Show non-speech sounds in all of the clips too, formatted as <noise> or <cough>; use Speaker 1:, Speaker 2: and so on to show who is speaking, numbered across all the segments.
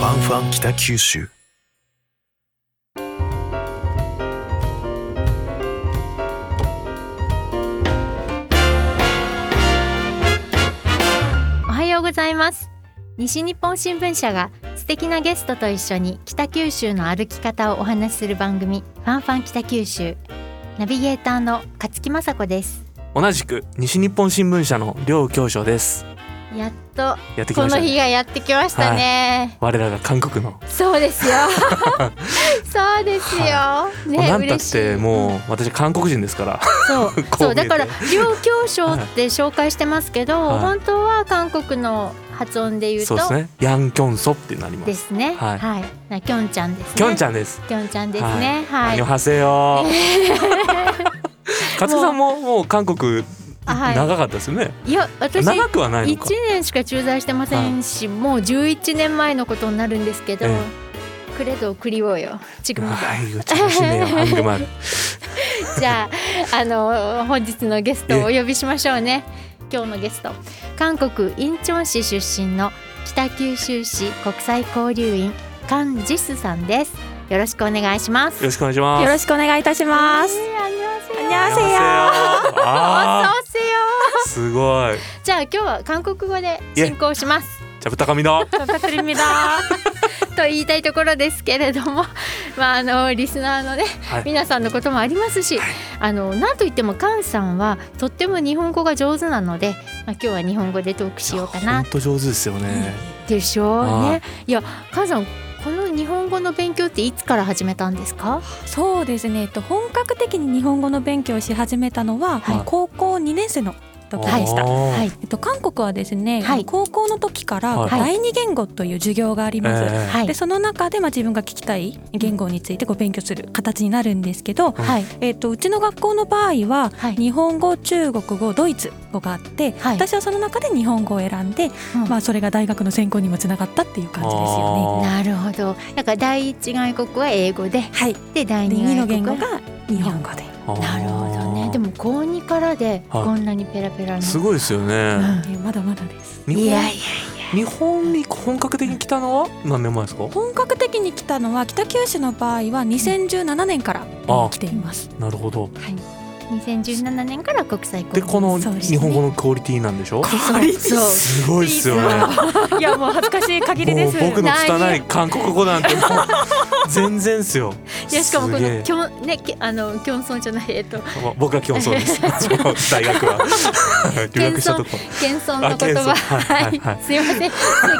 Speaker 1: 北九州
Speaker 2: おはようございます西日本新聞社が素敵なゲストと一緒に北九州の歩き方をお話しする番組ファンファン北九州ナビゲーターの勝木雅子です
Speaker 3: 同じく西日本新聞社の両教授です
Speaker 2: やっと
Speaker 3: やってき
Speaker 2: こ
Speaker 3: まし
Speaker 2: の
Speaker 3: た、ね、
Speaker 2: 日がやってきましたね、
Speaker 3: 我らが韓国の、
Speaker 2: そうです <laughs> よそうですよ、
Speaker 3: もう
Speaker 2: ね
Speaker 3: なんたっ
Speaker 2: 嬉しい
Speaker 3: てもう私韓国人ですから
Speaker 2: そう
Speaker 3: <laughs> こう
Speaker 2: そう
Speaker 3: 見え
Speaker 2: だ
Speaker 3: て
Speaker 2: から両教賞って紹介してますけど、
Speaker 3: はい
Speaker 2: 本当は韓国の発音で言う
Speaker 3: そ
Speaker 2: と
Speaker 3: うですねヤンキョンソってなりま
Speaker 2: ですすね
Speaker 3: はい
Speaker 2: はい、なきょんちゃんですね
Speaker 3: キョンちゃんです
Speaker 2: きょんちゃんですねは
Speaker 3: ア
Speaker 2: い、
Speaker 3: ニョハセ
Speaker 2: <laughs>
Speaker 3: ヨ勝さんももう韓国
Speaker 2: はい
Speaker 3: 長かったですよね、
Speaker 2: いや私
Speaker 3: 長くはないのか
Speaker 2: 1年しか駐在してませんし、もう11年前のことになるんですけど、
Speaker 3: え
Speaker 2: クレドをクリオよちぐみ
Speaker 3: はいうちの姫よハングマル
Speaker 2: じゃああの本日のゲストをお呼びしましょうね今日のゲスト韓国インチョン市出身の北九州市国際交流員カン・ジスさんですよろしくお願いします
Speaker 3: よろしくお願いします
Speaker 4: よろ
Speaker 3: しく
Speaker 4: しくお願いいたします。
Speaker 2: えー
Speaker 4: こん
Speaker 2: 안녕하세요
Speaker 4: にちは
Speaker 3: あ
Speaker 2: そうせよ
Speaker 3: ーすごい
Speaker 2: じゃあ今日は韓国語で進行します
Speaker 3: じゃぶたかみだ
Speaker 2: と言いたいところですけれども、 <laughs> まあ、あのリスナーのね、
Speaker 3: はい
Speaker 2: 皆さんのこともありますし、あのなんといってもカンさんはとっても日本語が上手なので、まあ、今日は日本語でトークしようかな
Speaker 3: 本当上手ですよね
Speaker 2: でしょう
Speaker 3: は
Speaker 2: ね。いやカンさんこの日本語の勉強っていつから始めたんですか
Speaker 4: そうですね。えっと本格的に日本語の勉強をし始めたのは、
Speaker 3: はい
Speaker 4: 高校2年生の時でした。
Speaker 3: は
Speaker 2: はいい
Speaker 4: えっと韓国はですね、
Speaker 2: はい
Speaker 4: 高校の時から
Speaker 3: はい
Speaker 4: 第二言語という授業があり
Speaker 3: え
Speaker 4: ます。
Speaker 3: え
Speaker 2: はい
Speaker 4: でその中でまあ自分が聞きたい言語についてこう勉強する形になるんですけど、
Speaker 2: はい
Speaker 4: えっとうちの学校の場合は
Speaker 2: はい
Speaker 4: 日本語、中国語、ドイツ語があって、
Speaker 2: はい
Speaker 4: 私はその中で日本語を選んで、
Speaker 2: うん
Speaker 4: まあそれが大学の専攻にもつながったっていう感じですよね。
Speaker 2: なるほどだから第一外国は英語で
Speaker 4: はい。
Speaker 2: で第
Speaker 4: で
Speaker 2: 二
Speaker 4: 二の
Speaker 2: 外
Speaker 4: 言
Speaker 2: 国
Speaker 4: 語
Speaker 2: は
Speaker 4: が日本語で。
Speaker 3: あー
Speaker 2: なるほどねでも高2からで
Speaker 3: はい
Speaker 2: こんなにペラペラな、
Speaker 3: すごいですよ
Speaker 2: う
Speaker 3: ね。
Speaker 4: えまだまだです。
Speaker 2: ん、い
Speaker 3: 日
Speaker 2: やいや
Speaker 3: 本日本に本格的に来たのは何年前ですか？
Speaker 4: 本格的に来たのは北九州の場合は2017年からえー来ています。
Speaker 3: なるほど。
Speaker 2: 2017年から国際交
Speaker 3: で
Speaker 2: 流
Speaker 3: この
Speaker 4: そうですね
Speaker 3: 日本語のクオリティなんでしょ？
Speaker 2: そう
Speaker 3: すごいですよね。
Speaker 4: いやもう恥ずかしい限り
Speaker 3: も
Speaker 4: で
Speaker 3: う
Speaker 4: す。
Speaker 3: 僕の拙い韓国語なんてもう全然っすよ。
Speaker 2: いやしかもこ
Speaker 3: すげえ
Speaker 2: のきょんねきあのキョンソンじゃないえっと
Speaker 3: まあ僕は基本そうです。その大学は留学したとこ。
Speaker 2: 謙遜の言葉
Speaker 3: あ謙遜はい
Speaker 2: はい、
Speaker 3: はいはい
Speaker 2: すいませんつい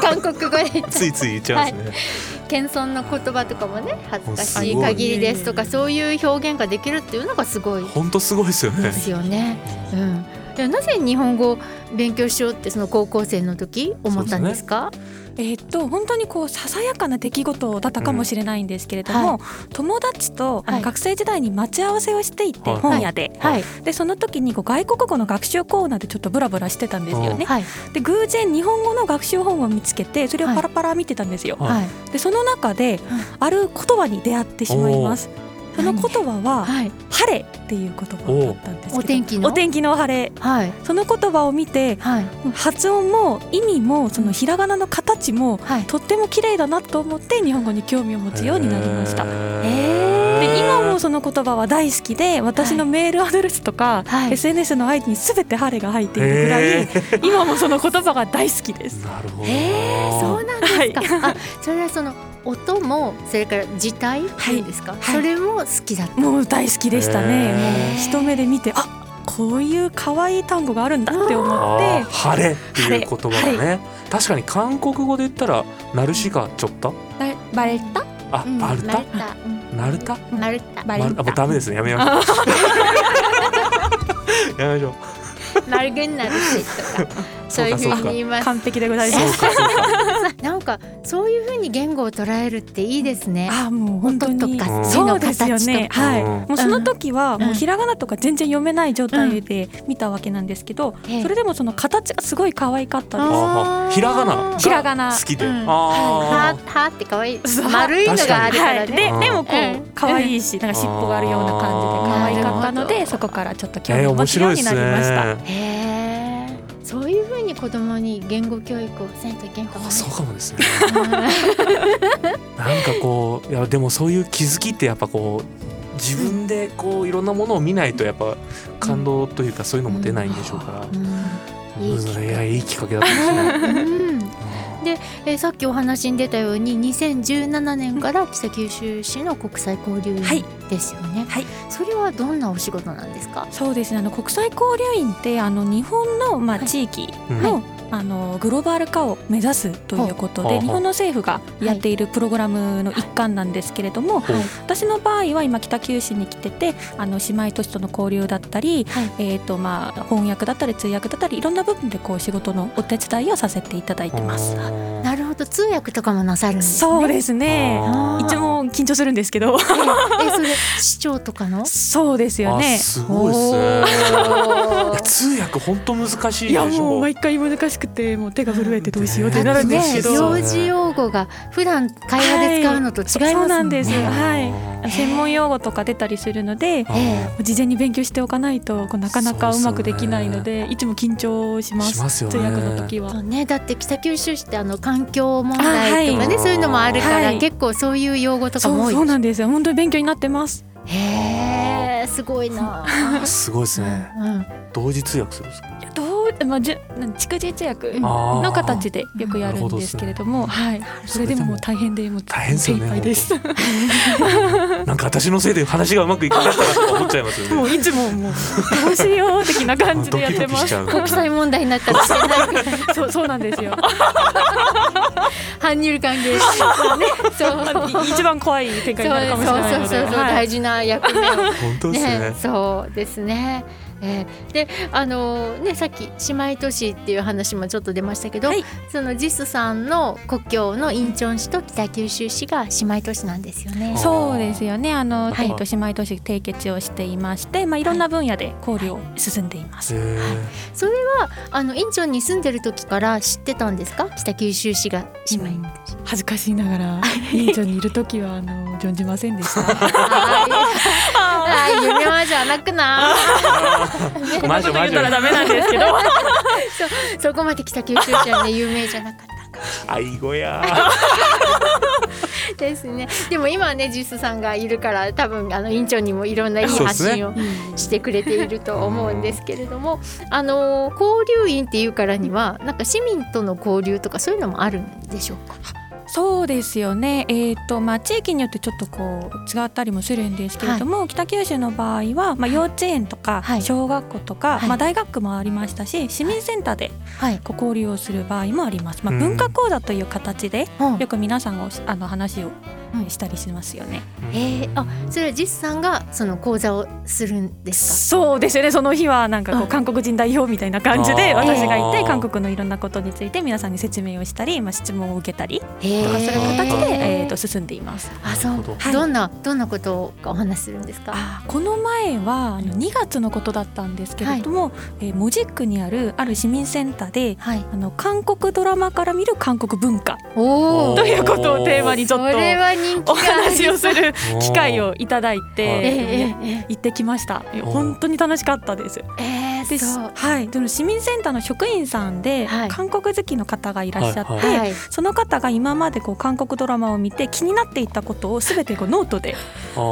Speaker 2: 韓国語で言っちゃ
Speaker 3: <laughs> ついつい言っちゃいますね。
Speaker 2: う謙遜の言葉とかもね恥ずかしい
Speaker 3: もうすごい
Speaker 2: 限りですとかそういう表現ができるっていうのがすごい
Speaker 3: 本当すごいですよ
Speaker 2: で
Speaker 3: ね。
Speaker 2: すよね。うん。でなぜ日本語を勉強しようってその高校生の時思ったんですか？
Speaker 4: えーっと本当にこうささやかな出来事だったかもしれないんですけれど
Speaker 2: うんは
Speaker 4: も、友達とあの
Speaker 2: はい
Speaker 4: 学生時代に待ち合わせをしていて、
Speaker 3: はい
Speaker 4: 本屋で。
Speaker 2: はい
Speaker 4: でその時にこう外国語の学習コーナーでちょっとブラブラしてたんですよね。
Speaker 2: はい
Speaker 4: で偶然日本語の学習本を見つけてそれをパラパラ見てたんですよ。
Speaker 3: はい
Speaker 2: はい
Speaker 4: でその中で、ある言葉に出会ってしまいます。その言葉は
Speaker 2: はい
Speaker 4: 晴れっていう言葉だったんですけど
Speaker 2: お天気の
Speaker 4: お天気の晴れ
Speaker 2: はい
Speaker 4: その言葉を見て
Speaker 2: はい
Speaker 4: 発音も意味もそのひらがなの形も
Speaker 2: はい。
Speaker 4: とっても綺麗だなと思って日本語に興味を持つようになりました。
Speaker 2: え
Speaker 4: で今もその言葉は大好きで私のメールアドレスとか、
Speaker 2: はい
Speaker 4: SNS の ID に全て晴れが入っているぐらい、今もその言葉が大好きです。
Speaker 3: なるほど。
Speaker 2: えー、そうなんですか。
Speaker 4: は
Speaker 2: あ、それはその音もそれから字体っていうんですか、
Speaker 4: はい
Speaker 2: それも好きだった。
Speaker 4: もう大好きでしたね。
Speaker 2: へー
Speaker 4: 一目で見てあこういう可愛い単語があるんだって思って
Speaker 3: あー晴れっていう言葉がね、確かに韓国語で言ったらナルシカちょっと
Speaker 2: バレた？
Speaker 3: あ、
Speaker 2: うん
Speaker 3: バルタナルタ
Speaker 2: バレた。バ
Speaker 4: バレ
Speaker 2: レ
Speaker 4: タ
Speaker 3: まあもうダメですねやめましょう <laughs> やめましょう
Speaker 2: た。マルグンナルシとかそういう
Speaker 3: <laughs> そ
Speaker 2: 風
Speaker 3: うか
Speaker 2: に言います。
Speaker 4: 完璧でございま
Speaker 3: そう
Speaker 4: す。
Speaker 3: かそうか
Speaker 2: なんかそういう風に言語を捉えるっていいですね。
Speaker 4: あもう本当に
Speaker 2: 音と
Speaker 3: か
Speaker 4: そうですよね。
Speaker 3: 字の形とか
Speaker 4: はい。
Speaker 3: うん
Speaker 4: もうその時は
Speaker 2: ん
Speaker 4: もうひらがなとか全然読めない状態で見たわけなんですけど、
Speaker 2: ええ
Speaker 4: それでもその形がすごい可愛かったで
Speaker 3: あーひらがな
Speaker 4: す。ひらがな。
Speaker 3: 好きで、
Speaker 2: うん
Speaker 3: あ
Speaker 2: は
Speaker 3: ー
Speaker 2: はって可愛い
Speaker 4: そう。
Speaker 2: 丸いのがあるか
Speaker 4: は
Speaker 2: ら
Speaker 4: い。で
Speaker 2: ね。
Speaker 4: で
Speaker 3: うん
Speaker 4: もこ
Speaker 2: う
Speaker 4: うん可愛いし、なんか尻尾があるような感じで可愛かったの
Speaker 2: あ
Speaker 4: で、
Speaker 2: ー
Speaker 4: そこからちょっと興
Speaker 3: え
Speaker 4: 味
Speaker 3: ー
Speaker 4: を持
Speaker 3: 面
Speaker 4: つ
Speaker 3: 白
Speaker 4: よう
Speaker 3: いで
Speaker 4: にな
Speaker 3: す
Speaker 4: りました。
Speaker 3: ね
Speaker 2: へえ。そういう風に子供に言語教育をせんといけんかもね
Speaker 3: あそうかもですねなんかこういやでもそういう気づきってやっぱこう自分でこういろんなものを見ないとやっぱ感動というかそういうのも出ないんでしょうから、
Speaker 2: うんうん
Speaker 3: うんいやいいきっかけだったですね
Speaker 2: うんえーさっきお話に出たように2017年から北九州市の国際交流
Speaker 4: はい
Speaker 2: 員ですよね、
Speaker 4: はい
Speaker 2: それはどんなお仕事なんですか
Speaker 4: そうですねあの国際交流員ってあの日本の、まあ、
Speaker 2: はい
Speaker 4: 地域
Speaker 3: うん
Speaker 4: の,、あのグローバル化を目指すということ
Speaker 3: ほう
Speaker 4: で
Speaker 3: ほう
Speaker 4: 日本の政府がやっているプログラムの一環なんですけれども、
Speaker 3: ほう
Speaker 4: 私の場合は今北九州に来ててあの姉妹都市との交流だったり、
Speaker 2: はい
Speaker 4: えーとまあ、翻訳だったり通訳だったりいろんな部分でこう仕事のお手伝いをさせていただいてます。
Speaker 2: なるほど通訳とかもなさるんですね
Speaker 4: そうですね
Speaker 3: あー
Speaker 4: 一応緊張するんですけど
Speaker 2: えーそれ市長とかの
Speaker 4: そうですよ
Speaker 3: あ
Speaker 4: <laughs> ね。
Speaker 3: すごいですねいや通訳本当難しいで
Speaker 4: い
Speaker 3: し
Speaker 4: やもう
Speaker 3: ょ
Speaker 4: 毎回難しくてもう手が震えてどうしようっ
Speaker 2: あ
Speaker 4: てな
Speaker 2: の
Speaker 4: るんで
Speaker 2: ね
Speaker 4: すけど、
Speaker 3: あの
Speaker 2: 幼児用語が普段会話で使うのと違いますもんね、
Speaker 4: そうなんです
Speaker 3: うん
Speaker 4: はい
Speaker 2: えー
Speaker 4: 専門用語とか出たりするので
Speaker 3: あ
Speaker 2: え
Speaker 4: 事前に勉強しておかないとこうなかなかうまくできないのでいつも緊張します
Speaker 3: しますよね
Speaker 4: 通訳の時は
Speaker 2: そうね、だって北九州市ってあの環境問題とか
Speaker 3: あ
Speaker 2: ね、
Speaker 3: はい
Speaker 2: そういうのもあるから、
Speaker 4: はい
Speaker 2: 結構そういう用語とか
Speaker 4: そ
Speaker 2: も多
Speaker 4: う
Speaker 2: い
Speaker 4: そうなんですよ本当に勉強になってます
Speaker 2: へえすごいな。
Speaker 3: すごいですね
Speaker 2: うんうん
Speaker 3: 同時通訳するんですか <laughs>
Speaker 4: いやどうまあじゅなん蓄次通訳
Speaker 3: あー
Speaker 4: の形でよくやるんですけれどもはいそれでももう大変でもう
Speaker 3: 大変ですよね
Speaker 4: 手いっぱいです
Speaker 3: 本なんか私のせいで話がうまくいかなかったなとか思っちゃいますよ
Speaker 4: <laughs> も
Speaker 3: ね
Speaker 4: ういつももうどうしよう的な感じでやってま
Speaker 3: ドキドキしち
Speaker 4: す <laughs>
Speaker 3: ゃう
Speaker 2: 国際問題になったらしてないから
Speaker 4: そうそうなん <laughs> ですよ
Speaker 2: 搬入歓迎そうねそう
Speaker 4: 一番怖い展
Speaker 2: そう
Speaker 4: 開になるかもしれない
Speaker 2: そう
Speaker 4: の
Speaker 2: そうそう
Speaker 4: で
Speaker 2: そう
Speaker 4: はい
Speaker 2: 大事な役目を
Speaker 3: 本当です
Speaker 2: ね
Speaker 3: ね
Speaker 2: そうですね。えー、であのねさっき姉妹都市っていう話もちょっと出ましたけど、
Speaker 4: はい
Speaker 2: そのジスさんの故郷のインチョン市と北九州市が姉妹都市なんですよね。
Speaker 4: そうですよね。あの、
Speaker 3: はい
Speaker 4: えっと姉妹都市締結をしていまして、まあいろんな分野で交流を進んでいます。
Speaker 3: へー
Speaker 2: あのインチョンに住んでる時から知ってたんですか北九州市が姉妹都市。
Speaker 4: 恥ずかしいながら、院長にいるときはあの存じませんでした。
Speaker 2: ああ夢はじゃなくな
Speaker 3: マジョマジョ
Speaker 4: ダメなんですけど。
Speaker 2: そこまで北九州市はね有名じゃなかったか
Speaker 3: あいごや
Speaker 2: ですねでも今はねジュースさんがいるから多分あの院長にもいろんないい
Speaker 3: そうで
Speaker 2: 発
Speaker 3: すね
Speaker 2: 信をしてくれていると思うんですけれども、あの交流員っていうからにはなんか市民との交流とかそういうのもあるんでしょうか
Speaker 4: <laughs> そうですよね。えっ、とまあ地域によってちょっとこう違ったりもするんですけれども、北九州の場合はまあ幼稚園とか
Speaker 2: はい
Speaker 4: 小学校とか、
Speaker 2: はい
Speaker 4: まあ大学もありましたし、市民センターで
Speaker 2: はい、
Speaker 4: こう交流をする場合もあります。まあ
Speaker 3: うん
Speaker 4: 文化講座という形で
Speaker 2: うん
Speaker 4: よく皆さんをあの話を
Speaker 2: うん
Speaker 4: したりしますよね。
Speaker 2: えー、あそれはジュースさんがその講座をするんです
Speaker 4: そうですよねその日はなんかこ
Speaker 2: うん
Speaker 4: う韓国人代表みたいな感じで
Speaker 3: あー
Speaker 4: 私がい
Speaker 3: え
Speaker 4: て
Speaker 3: え
Speaker 4: 韓国のいろんかことについて皆さんに説明をしたり、まあ、質問を受けたり
Speaker 2: か、
Speaker 4: と
Speaker 2: え
Speaker 4: かする形で、えー、と
Speaker 2: と
Speaker 4: 進んでいます。
Speaker 2: あそ
Speaker 3: な
Speaker 2: う
Speaker 3: るほど
Speaker 4: はい
Speaker 2: どんなどんなことがお話しするんですか
Speaker 4: あーこの前はあの2月のことだったんですけれども、えーモジックにあるある市民センターで
Speaker 2: はい
Speaker 4: あの韓国ドラマから見る韓国文化
Speaker 2: お
Speaker 3: お
Speaker 2: お
Speaker 4: ということをテーマにちょ
Speaker 2: そ
Speaker 4: っと
Speaker 2: れは人気が
Speaker 4: お話をする
Speaker 3: おー
Speaker 4: 機会をいただ
Speaker 2: え
Speaker 4: い
Speaker 2: え
Speaker 4: て。
Speaker 2: ええ
Speaker 4: 行ってきました
Speaker 3: ー
Speaker 4: 本当に楽しかったです
Speaker 2: ええ
Speaker 4: で
Speaker 2: そう
Speaker 4: はい、でも市民センターの職員さんで、
Speaker 2: はい
Speaker 4: 韓国好きの方がいらっしゃって、
Speaker 3: はい
Speaker 2: はい
Speaker 4: その方が今までこう韓国ドラマを見て気になっていたことを全てこうノートで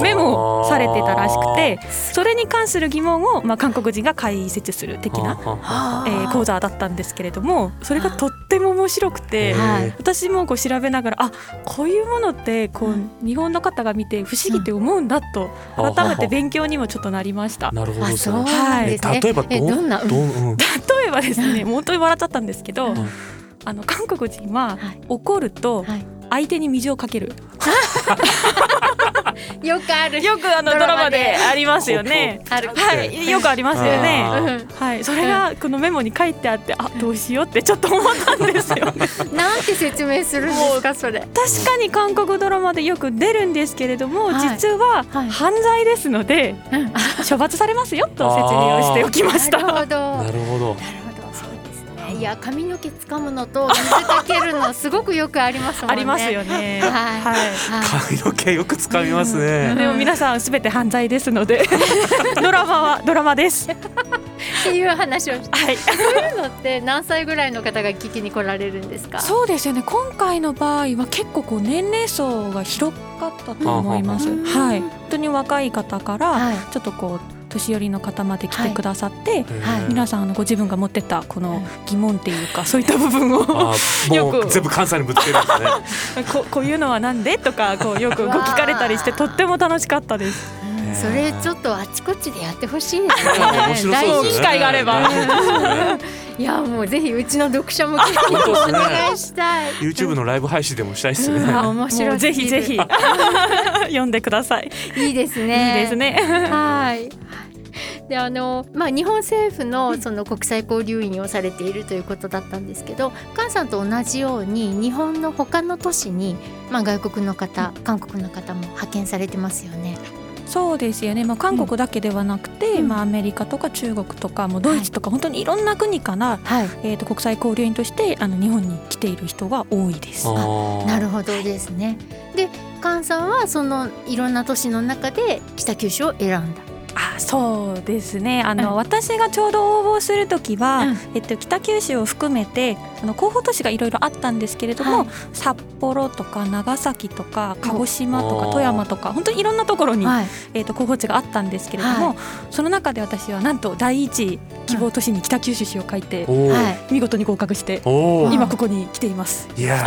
Speaker 4: メモされてたらしくてそれに関する疑問を、まあ、韓国人が解説する的な、
Speaker 3: な
Speaker 2: あ
Speaker 4: え
Speaker 2: ー
Speaker 4: ー講座だったんですけれどもそれがとっても面白くて。
Speaker 2: はい
Speaker 4: 私もこう調べながらあこういうものってこう、
Speaker 2: うん
Speaker 4: 日本の方が見て不思議って思うんだと、改めて勉強にもちょっとなりました。
Speaker 3: なるほど
Speaker 2: あ
Speaker 3: です
Speaker 2: そう
Speaker 3: ね
Speaker 2: なん
Speaker 4: はい
Speaker 2: ですね
Speaker 3: え例えばど
Speaker 2: えどんなうん
Speaker 3: どんうん
Speaker 4: 例えばですねもう本当に笑っちゃったんですけど、
Speaker 3: うん
Speaker 4: あの韓国人は
Speaker 2: はい
Speaker 4: 怒ると
Speaker 2: はい
Speaker 4: 相手に水をかける、
Speaker 2: よくある
Speaker 4: よくあの
Speaker 2: ド
Speaker 4: ド
Speaker 2: ラ
Speaker 4: ラ
Speaker 2: マ
Speaker 4: マ
Speaker 2: で
Speaker 4: でありますよね。
Speaker 2: ある
Speaker 4: は、
Speaker 3: はい
Speaker 4: よくありますよ
Speaker 3: あ
Speaker 4: ね。
Speaker 3: ー
Speaker 2: うん
Speaker 4: はい、それがこのメモに書いてあって、あ、どうしようってちょっと思ったんですよ。
Speaker 2: なんて説明するんですかそれ
Speaker 4: <laughs> 確かに韓国ドラマでよく出るんですけれども、
Speaker 2: はい
Speaker 4: 実は
Speaker 2: はい
Speaker 4: 犯罪ですので、
Speaker 2: うん
Speaker 4: 処罰されますよと説明をしておきまし
Speaker 2: なるほ
Speaker 4: た。
Speaker 2: どな
Speaker 3: な
Speaker 2: る
Speaker 3: る
Speaker 2: ほ
Speaker 3: ほど
Speaker 2: どそうですねいや髪の毛掴むのと水かけるのすごくよくありますもんね
Speaker 4: ありますよね。
Speaker 2: はい
Speaker 4: はい。
Speaker 2: はい
Speaker 3: 髪の毛よく掴みますね
Speaker 2: <laughs>
Speaker 4: でも皆さんすべて犯罪ですのでドラマはドラマです
Speaker 2: っていう話をして
Speaker 4: はい、
Speaker 2: そういうのって何歳ぐらいの方が聞きに来られるんですか
Speaker 4: そうですよね今回の場合は結構こう年齢層が広かったと思います、
Speaker 2: うん
Speaker 4: はい、本当に若い方から
Speaker 2: はい
Speaker 4: ちょっとこう年寄りの方まで来
Speaker 2: は
Speaker 4: て
Speaker 2: い
Speaker 4: くださって、
Speaker 2: はい
Speaker 4: 皆さんあのご自分が持ってたこの疑問っていうかそういった部分をこ
Speaker 3: あーも
Speaker 4: よ
Speaker 3: う
Speaker 4: く
Speaker 3: 全部関西にぶつけるんですね。
Speaker 4: こういうのはなんでとかこうよくご聞かれたりして
Speaker 2: <laughs> わあ
Speaker 4: とっても楽しかったです。
Speaker 2: うんそれちょっとあちこちでやってほしいで
Speaker 3: 面
Speaker 2: す
Speaker 3: 白
Speaker 2: ね。
Speaker 3: そうですね。
Speaker 4: 機会があれば
Speaker 3: 大事ですね
Speaker 2: いやもうぜひうちの読者向けに
Speaker 3: 本当です
Speaker 2: お
Speaker 3: ね
Speaker 2: 願いしたい。
Speaker 3: <laughs> YouTube のライブ配信でもしたいですね。
Speaker 2: あ面白
Speaker 4: もう
Speaker 2: い。
Speaker 4: ぜひぜひ <laughs> 読んでください。いい
Speaker 2: いいですね。
Speaker 4: ですね。
Speaker 2: はい。であのまあ、日本政府のその国際交流員をされているということだったんですけど菅さんと同じように日本の他の都市に、まあ、外国の方韓国の方も派遣されてますよね。
Speaker 4: そうですよね、まあ、韓国だけではなくて、
Speaker 2: うん
Speaker 4: まあ、アメリカとか中国とかもうドイツとか、本当にいろんな国から、
Speaker 2: はい、
Speaker 4: えー、と国際交流員としてあの日本に来ている人が多いです。
Speaker 2: なる
Speaker 3: ほ
Speaker 2: ほどですね。で菅さんはそのいろんな都市の中で北九州を選んだ。
Speaker 4: あそうですねあの、
Speaker 2: うん
Speaker 4: 私がちょうど応募する時は、
Speaker 2: うん
Speaker 4: えっと、北九州を含めてあの候補都市がいろいろあったんですけれども、
Speaker 2: はい
Speaker 4: 札幌とか長崎とか鹿児島とか
Speaker 3: お
Speaker 4: 富山とか本当にいろんなところに、
Speaker 2: はい、
Speaker 4: えっと、候補地があったんですけれども、
Speaker 2: は
Speaker 4: その中で私はなんと第一希望都市に北九州市を書いて、
Speaker 3: お
Speaker 2: は
Speaker 3: ー
Speaker 2: い、
Speaker 4: 見事に合格して
Speaker 3: おー
Speaker 4: 今ここに来ています。
Speaker 3: いや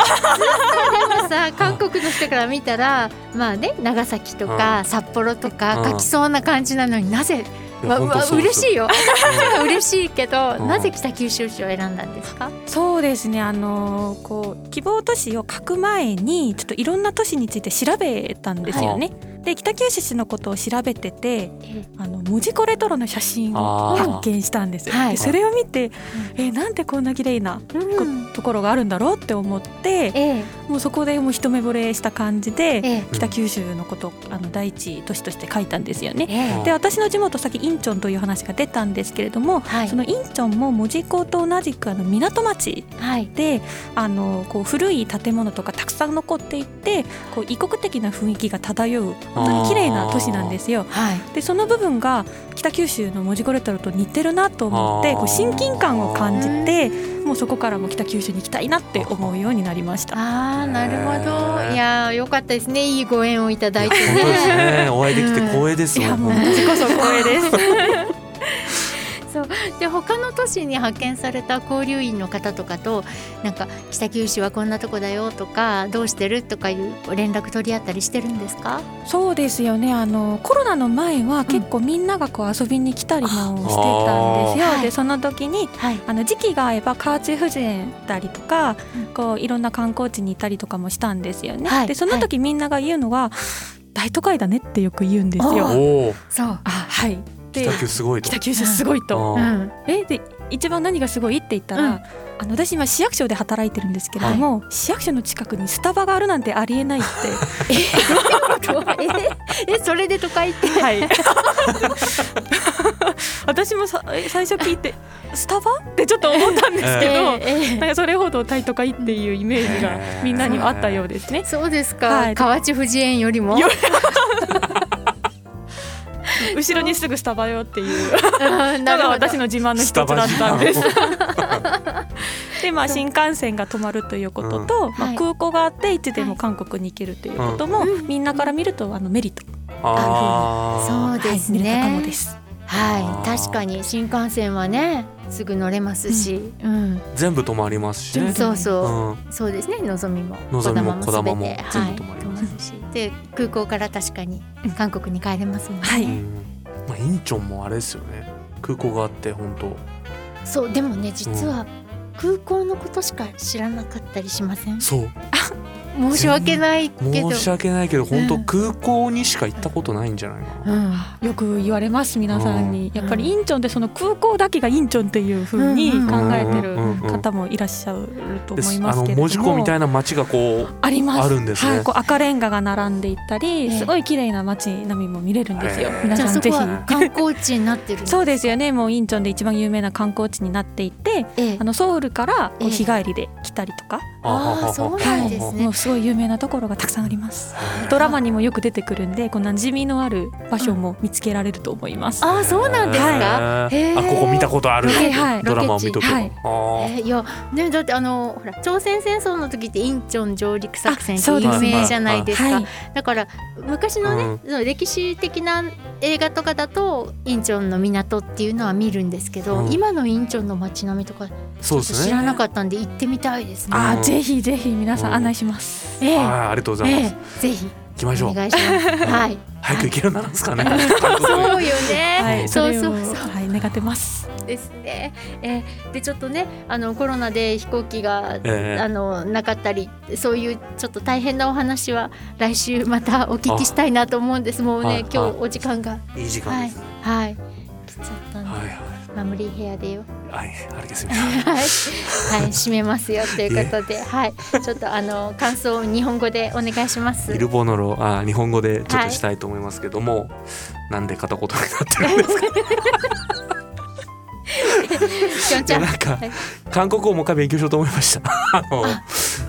Speaker 2: でもさ韓国の人から見たらまあね長崎とか札幌と
Speaker 3: うん
Speaker 2: か書きそうな感じなのになぜ
Speaker 3: い
Speaker 2: ま
Speaker 3: や
Speaker 2: あ、う
Speaker 3: 本当
Speaker 2: わ
Speaker 3: そうで
Speaker 2: 嬉
Speaker 3: す
Speaker 2: しいよ。
Speaker 3: <laughs>
Speaker 2: 嬉しいけど、
Speaker 3: うん
Speaker 2: なぜ北九州市を選んだんですか。
Speaker 4: そうですねあのーこう希望都市を書く前にちょっといろんな都市について調べたんですよね。で北九州市のことを調べててあの文字コレトロの写真を
Speaker 3: あー
Speaker 4: 発見したんです。
Speaker 2: はい
Speaker 4: でそれを見て、えなんでこんな綺麗な
Speaker 2: うん、
Speaker 4: ところがあるんだろうって思って
Speaker 2: ええ、
Speaker 4: もうそこでもう一目惚れした感じ
Speaker 2: え
Speaker 4: で
Speaker 2: え、
Speaker 4: 北九州のことをあの第一都市として書いたんですよね。
Speaker 2: ええ
Speaker 3: うん
Speaker 4: で私の地元先インチョンという話が出たんですけれども、
Speaker 2: はい
Speaker 4: そのインチョンも門司港と同じくあの港町
Speaker 2: はい、
Speaker 4: であのこう古い建物とかたくさん残っていてこう異国的な雰囲気が漂う本当に綺麗な都市なんですよ。
Speaker 2: はい、
Speaker 4: でその部分が北九州の門司コレトロと似てるなと思って
Speaker 3: あー
Speaker 4: こう親近感を感じて
Speaker 2: うん
Speaker 4: もうそこからも北九州に行きたいなって思うようになりました。
Speaker 2: ああ、なるほ
Speaker 3: ね
Speaker 2: ど。
Speaker 3: え
Speaker 2: いやー、良かったですね。いいご縁をいただいて
Speaker 3: 本当です
Speaker 2: ね。
Speaker 3: ね。お会いできて光栄です
Speaker 4: い
Speaker 3: わ。
Speaker 4: やもう
Speaker 3: 本当
Speaker 4: こちこそ光栄です。
Speaker 2: <laughs> で、他の都市に派遣された交流員の方とかと、なんか北九州はこんなとこだよとか、どうしてるとかいう連絡取り合ったりしてるんですか。
Speaker 4: そうですよねあのコロナの前は結構みんながこう遊びに来たりもしてたんですよ、
Speaker 2: あー
Speaker 4: でその時に
Speaker 2: はい、
Speaker 4: あの時期が合えばカーチフジェだりとか、
Speaker 2: うん
Speaker 4: こういろんな観光地に行ったりとかもしたんですよね、
Speaker 2: はい
Speaker 4: でその時みんなが言うのは、大都会だねってよく言うんです
Speaker 2: あー
Speaker 4: よ
Speaker 3: おお。
Speaker 2: そう。
Speaker 4: あはいで
Speaker 3: 北九すごいと。
Speaker 4: 北九州すごいと、
Speaker 2: う
Speaker 3: あー
Speaker 2: ん、
Speaker 4: えで一番何がすごいって言ったら、
Speaker 2: うん
Speaker 4: あの私今市役所で働いてるんですけれども、市役所の近くにスタバがあるなんてありえないって
Speaker 2: <laughs> え、え、それで都会って。
Speaker 4: はい <laughs> 私もさえ最初聞いてスタバってちょっと思ったんですけ
Speaker 2: え
Speaker 4: ど、
Speaker 2: え
Speaker 4: <laughs>
Speaker 2: ええ
Speaker 4: なんかそれほど大都会っていうイメージがみんなにはあったようですね。
Speaker 2: そうですか、
Speaker 4: はい
Speaker 2: 河内藤園よりも
Speaker 4: よ後ろにすぐスタバよって <laughs> いう
Speaker 2: うん
Speaker 4: の
Speaker 2: なる
Speaker 4: が
Speaker 2: ほど
Speaker 4: 私の自慢の一
Speaker 3: ス
Speaker 4: つ
Speaker 3: タバ
Speaker 4: だったんです。
Speaker 3: 自慢
Speaker 4: でまあ新幹線が止まるということと、ま
Speaker 2: は
Speaker 4: あ、
Speaker 2: い
Speaker 4: 空港があっていつでも韓国に行けるということも、
Speaker 2: うん
Speaker 4: みんなから見るとあのメリット、
Speaker 3: あ
Speaker 2: そうです
Speaker 4: はい、見れたかも
Speaker 2: ね
Speaker 4: です。
Speaker 2: はい確かに新幹線はねすぐ乗れますし、うん
Speaker 3: あ。全部止まりますし
Speaker 4: 全
Speaker 3: ね
Speaker 4: 部。
Speaker 2: そう
Speaker 3: う
Speaker 2: そ
Speaker 3: ん。
Speaker 2: うそうですねのぞみも
Speaker 3: のぞみも
Speaker 2: こだまも全て
Speaker 3: こだまも全部止まります
Speaker 2: はい、しで空港から確かに韓国に帰れますもんね、
Speaker 4: はい
Speaker 3: うんまあインチョンもあれですよね。空港があって本当。
Speaker 2: そうでもね実は空港のことしか知らなかったりしません
Speaker 3: そう。
Speaker 2: 申し訳ないけど
Speaker 3: 申し訳ないけど本
Speaker 2: う
Speaker 3: 当
Speaker 2: ん
Speaker 3: 空港にしか行ったことないんじゃないかな。
Speaker 2: うん
Speaker 4: よく言われます皆さんに、
Speaker 2: うん
Speaker 4: やっぱりインチョンってその空港だけがインチョンっていう風に考えてる方もいらっしゃると
Speaker 3: で
Speaker 4: 思い
Speaker 3: あ
Speaker 4: ます
Speaker 3: の
Speaker 4: けれども、
Speaker 3: 門司港みたいな街がこう
Speaker 4: あります
Speaker 3: あるんですね
Speaker 4: はい、こう赤レンガが並んでいた
Speaker 2: え
Speaker 4: り、
Speaker 2: え
Speaker 4: すごい綺麗な街並みも見れるんですよ、
Speaker 3: ええ
Speaker 4: 皆
Speaker 2: じゃあ
Speaker 4: さん
Speaker 2: そ
Speaker 4: ぜ
Speaker 2: こ
Speaker 4: ひ
Speaker 2: は観光地になってるの
Speaker 4: そうですよねもうインチョンで一番有名な観光地になっていて
Speaker 2: ええ
Speaker 4: あのソウルからこ
Speaker 2: え
Speaker 4: う
Speaker 2: え
Speaker 4: 日帰りで来たりとか、
Speaker 2: あーそうなんですね
Speaker 4: もうすごい有名なところがたくさんありますドラマにもよく出てくるんでこう馴染みのある場所も見つけられると思います、
Speaker 2: あーそうなんですか。
Speaker 3: へー
Speaker 2: へー
Speaker 3: あここ見たことある
Speaker 4: はいはい
Speaker 3: ドラマを見とけば、
Speaker 4: ロケ地
Speaker 3: あ
Speaker 2: えーいやねだってあのほら朝鮮戦争の時ってインチョン上陸作戦っ
Speaker 4: あ
Speaker 2: て
Speaker 4: そうです
Speaker 2: 有
Speaker 4: ね
Speaker 2: 名じゃないですか。
Speaker 4: はい
Speaker 2: だから昔のね、
Speaker 3: うん
Speaker 2: その歴史的な映画とかだとインチョンの港っていうのは見るんですけど、
Speaker 3: うん
Speaker 2: 今のインチョンの街並みとかちょ
Speaker 3: ーそう
Speaker 2: っと
Speaker 3: です
Speaker 2: 知ら
Speaker 3: ね
Speaker 2: なかったんで行ってみたいですね。
Speaker 4: あ
Speaker 3: うん
Speaker 4: ーぜひぜひ皆さ
Speaker 3: うん
Speaker 4: ん案内します、
Speaker 2: ええ
Speaker 3: はいありがとうござい
Speaker 2: え
Speaker 3: ま
Speaker 2: え
Speaker 3: す、
Speaker 2: ぜひ
Speaker 3: 行きましょ
Speaker 2: お
Speaker 3: う
Speaker 2: 願いします。はい。
Speaker 3: 早く行けるようになるんですかね
Speaker 2: そうよね。
Speaker 4: はい
Speaker 3: うん
Speaker 2: そう
Speaker 4: れを
Speaker 2: そうそう
Speaker 4: はい願ってます
Speaker 2: ですね。えーでちょっとねあのコロナで飛行機が
Speaker 3: え
Speaker 2: あのなかったりそういうちょっと大変なお話は来週またお聞きしたいなと思うんですもう
Speaker 3: はい
Speaker 2: ね今
Speaker 3: はい
Speaker 2: 日お時間が
Speaker 3: えいい時間
Speaker 2: は
Speaker 3: で
Speaker 2: い
Speaker 3: す、
Speaker 2: はい来ちゃったんで、
Speaker 3: はい
Speaker 2: マムリーヘアでよ
Speaker 3: はいはいあれですよ
Speaker 2: はい、はい、締めますよということではいちょっとあの感想を日本語でお願いします
Speaker 3: イルボノロあ日本語でちょっとしたいと思いますけども、なんで片言になってるんですか
Speaker 2: きょん
Speaker 3: い
Speaker 2: ちゃ
Speaker 3: や
Speaker 2: ん
Speaker 3: なんか、
Speaker 2: はい
Speaker 3: 韓国語もう一回勉強しようと思い
Speaker 2: <laughs>
Speaker 3: ましたあの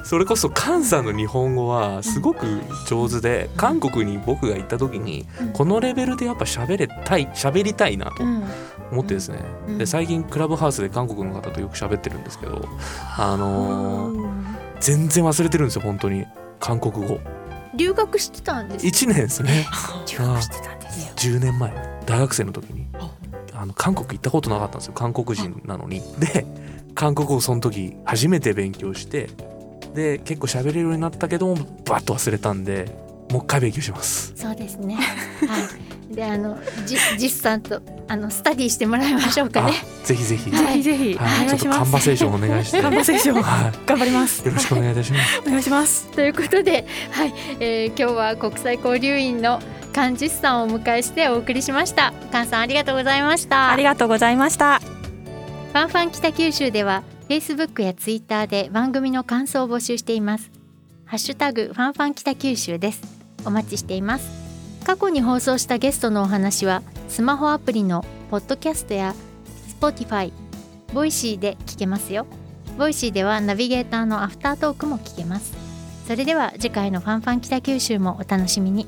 Speaker 3: それこそ菅さんの日本語はすごく上手で韓国に僕が行った時に
Speaker 2: うん
Speaker 3: このレベルでやっぱ喋れたい喋りたいなと
Speaker 2: うん
Speaker 3: 思ってですね、
Speaker 2: うん
Speaker 3: で最近クラブハウスで韓国の方とよく喋ってるんですけどあのー全然忘れてるんですよ本当に韓国語
Speaker 2: 留学してたんです
Speaker 3: 1年ですね
Speaker 2: 留学してたんですよ
Speaker 3: 10年前大学生の時にあの韓国行ったことなかったんですよ韓国人なのにで韓国語をその時初めて勉強してで結構喋れるようになったけどもバッと忘れたんでもう一回勉強します
Speaker 2: そうですねはいであのじじっさんとあのスタディしてもらいましょうか
Speaker 3: あ
Speaker 2: ね
Speaker 3: ぜひぜひ、
Speaker 4: <laughs> ぜ
Speaker 3: は
Speaker 2: はい
Speaker 4: ひぜひ、
Speaker 3: い、
Speaker 4: お
Speaker 3: ちょ
Speaker 4: 願
Speaker 3: っ
Speaker 4: い
Speaker 3: と
Speaker 4: し
Speaker 3: カ
Speaker 4: ます
Speaker 3: ンバセーションお願いして
Speaker 4: <laughs> カンバセーション
Speaker 3: は
Speaker 4: 頑張ります
Speaker 3: い、よろしくお願いいたします
Speaker 4: お願いします
Speaker 2: ということで、はいえー今日は国際交流員の菅実さんをお迎えしてお送りしました菅さんありがとうございました
Speaker 4: ありがとうございました
Speaker 2: ファンファン北九州では Facebook や Twitter で番組の感想を募集していますハッシュタグファンファン北九州ですお待ちしています過去に放送したゲストのお話はスマホアプリのポッドキャストや Spotify、ボイシーで聞けますよボイシーではナビゲーターのアフタートークも聞けますそれでは次回のファンファン北九州もお楽しみに